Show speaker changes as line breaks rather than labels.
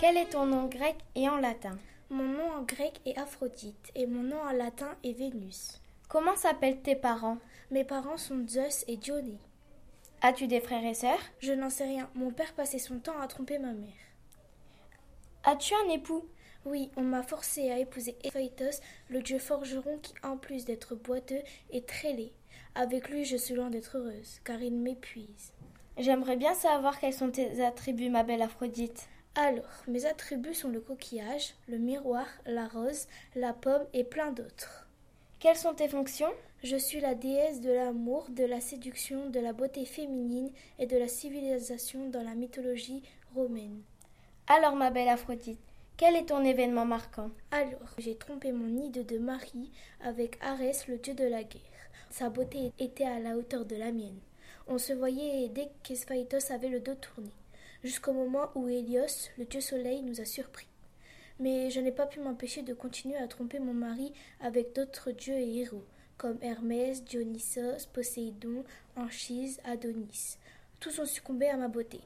Quel est ton nom grec et en latin
Mon nom en grec est Aphrodite et mon nom en latin est Vénus.
Comment s'appellent tes parents
Mes parents sont Zeus et Dioné.
As-tu des frères et sœurs
Je n'en sais rien. Mon père passait son temps à tromper ma mère.
As-tu un époux
Oui, on m'a forcé à épouser Héphaïtos, le dieu forgeron qui, en plus d'être boiteux, est très laid. Avec lui, je suis loin d'être heureuse, car il m'épuise.
J'aimerais bien savoir quels sont tes attributs, ma belle Aphrodite.
Alors, mes attributs sont le coquillage, le miroir, la rose, la pomme et plein d'autres.
Quelles sont tes fonctions
Je suis la déesse de l'amour, de la séduction, de la beauté féminine et de la civilisation dans la mythologie romaine.
Alors, ma belle Aphrodite, quel est ton événement marquant
Alors, j'ai trompé mon idole de Marie avec Arès, le dieu de la guerre. Sa beauté était à la hauteur de la mienne. On se voyait dès qu'Esphaïtos avait le dos tourné, jusqu'au moment où Hélios, le dieu soleil, nous a surpris. Mais je n'ai pas pu m'empêcher de continuer à tromper mon mari avec d'autres dieux et héros, comme Hermès, Dionysos, Poséidon, Anchise, Adonis. Tous ont succombé à ma beauté.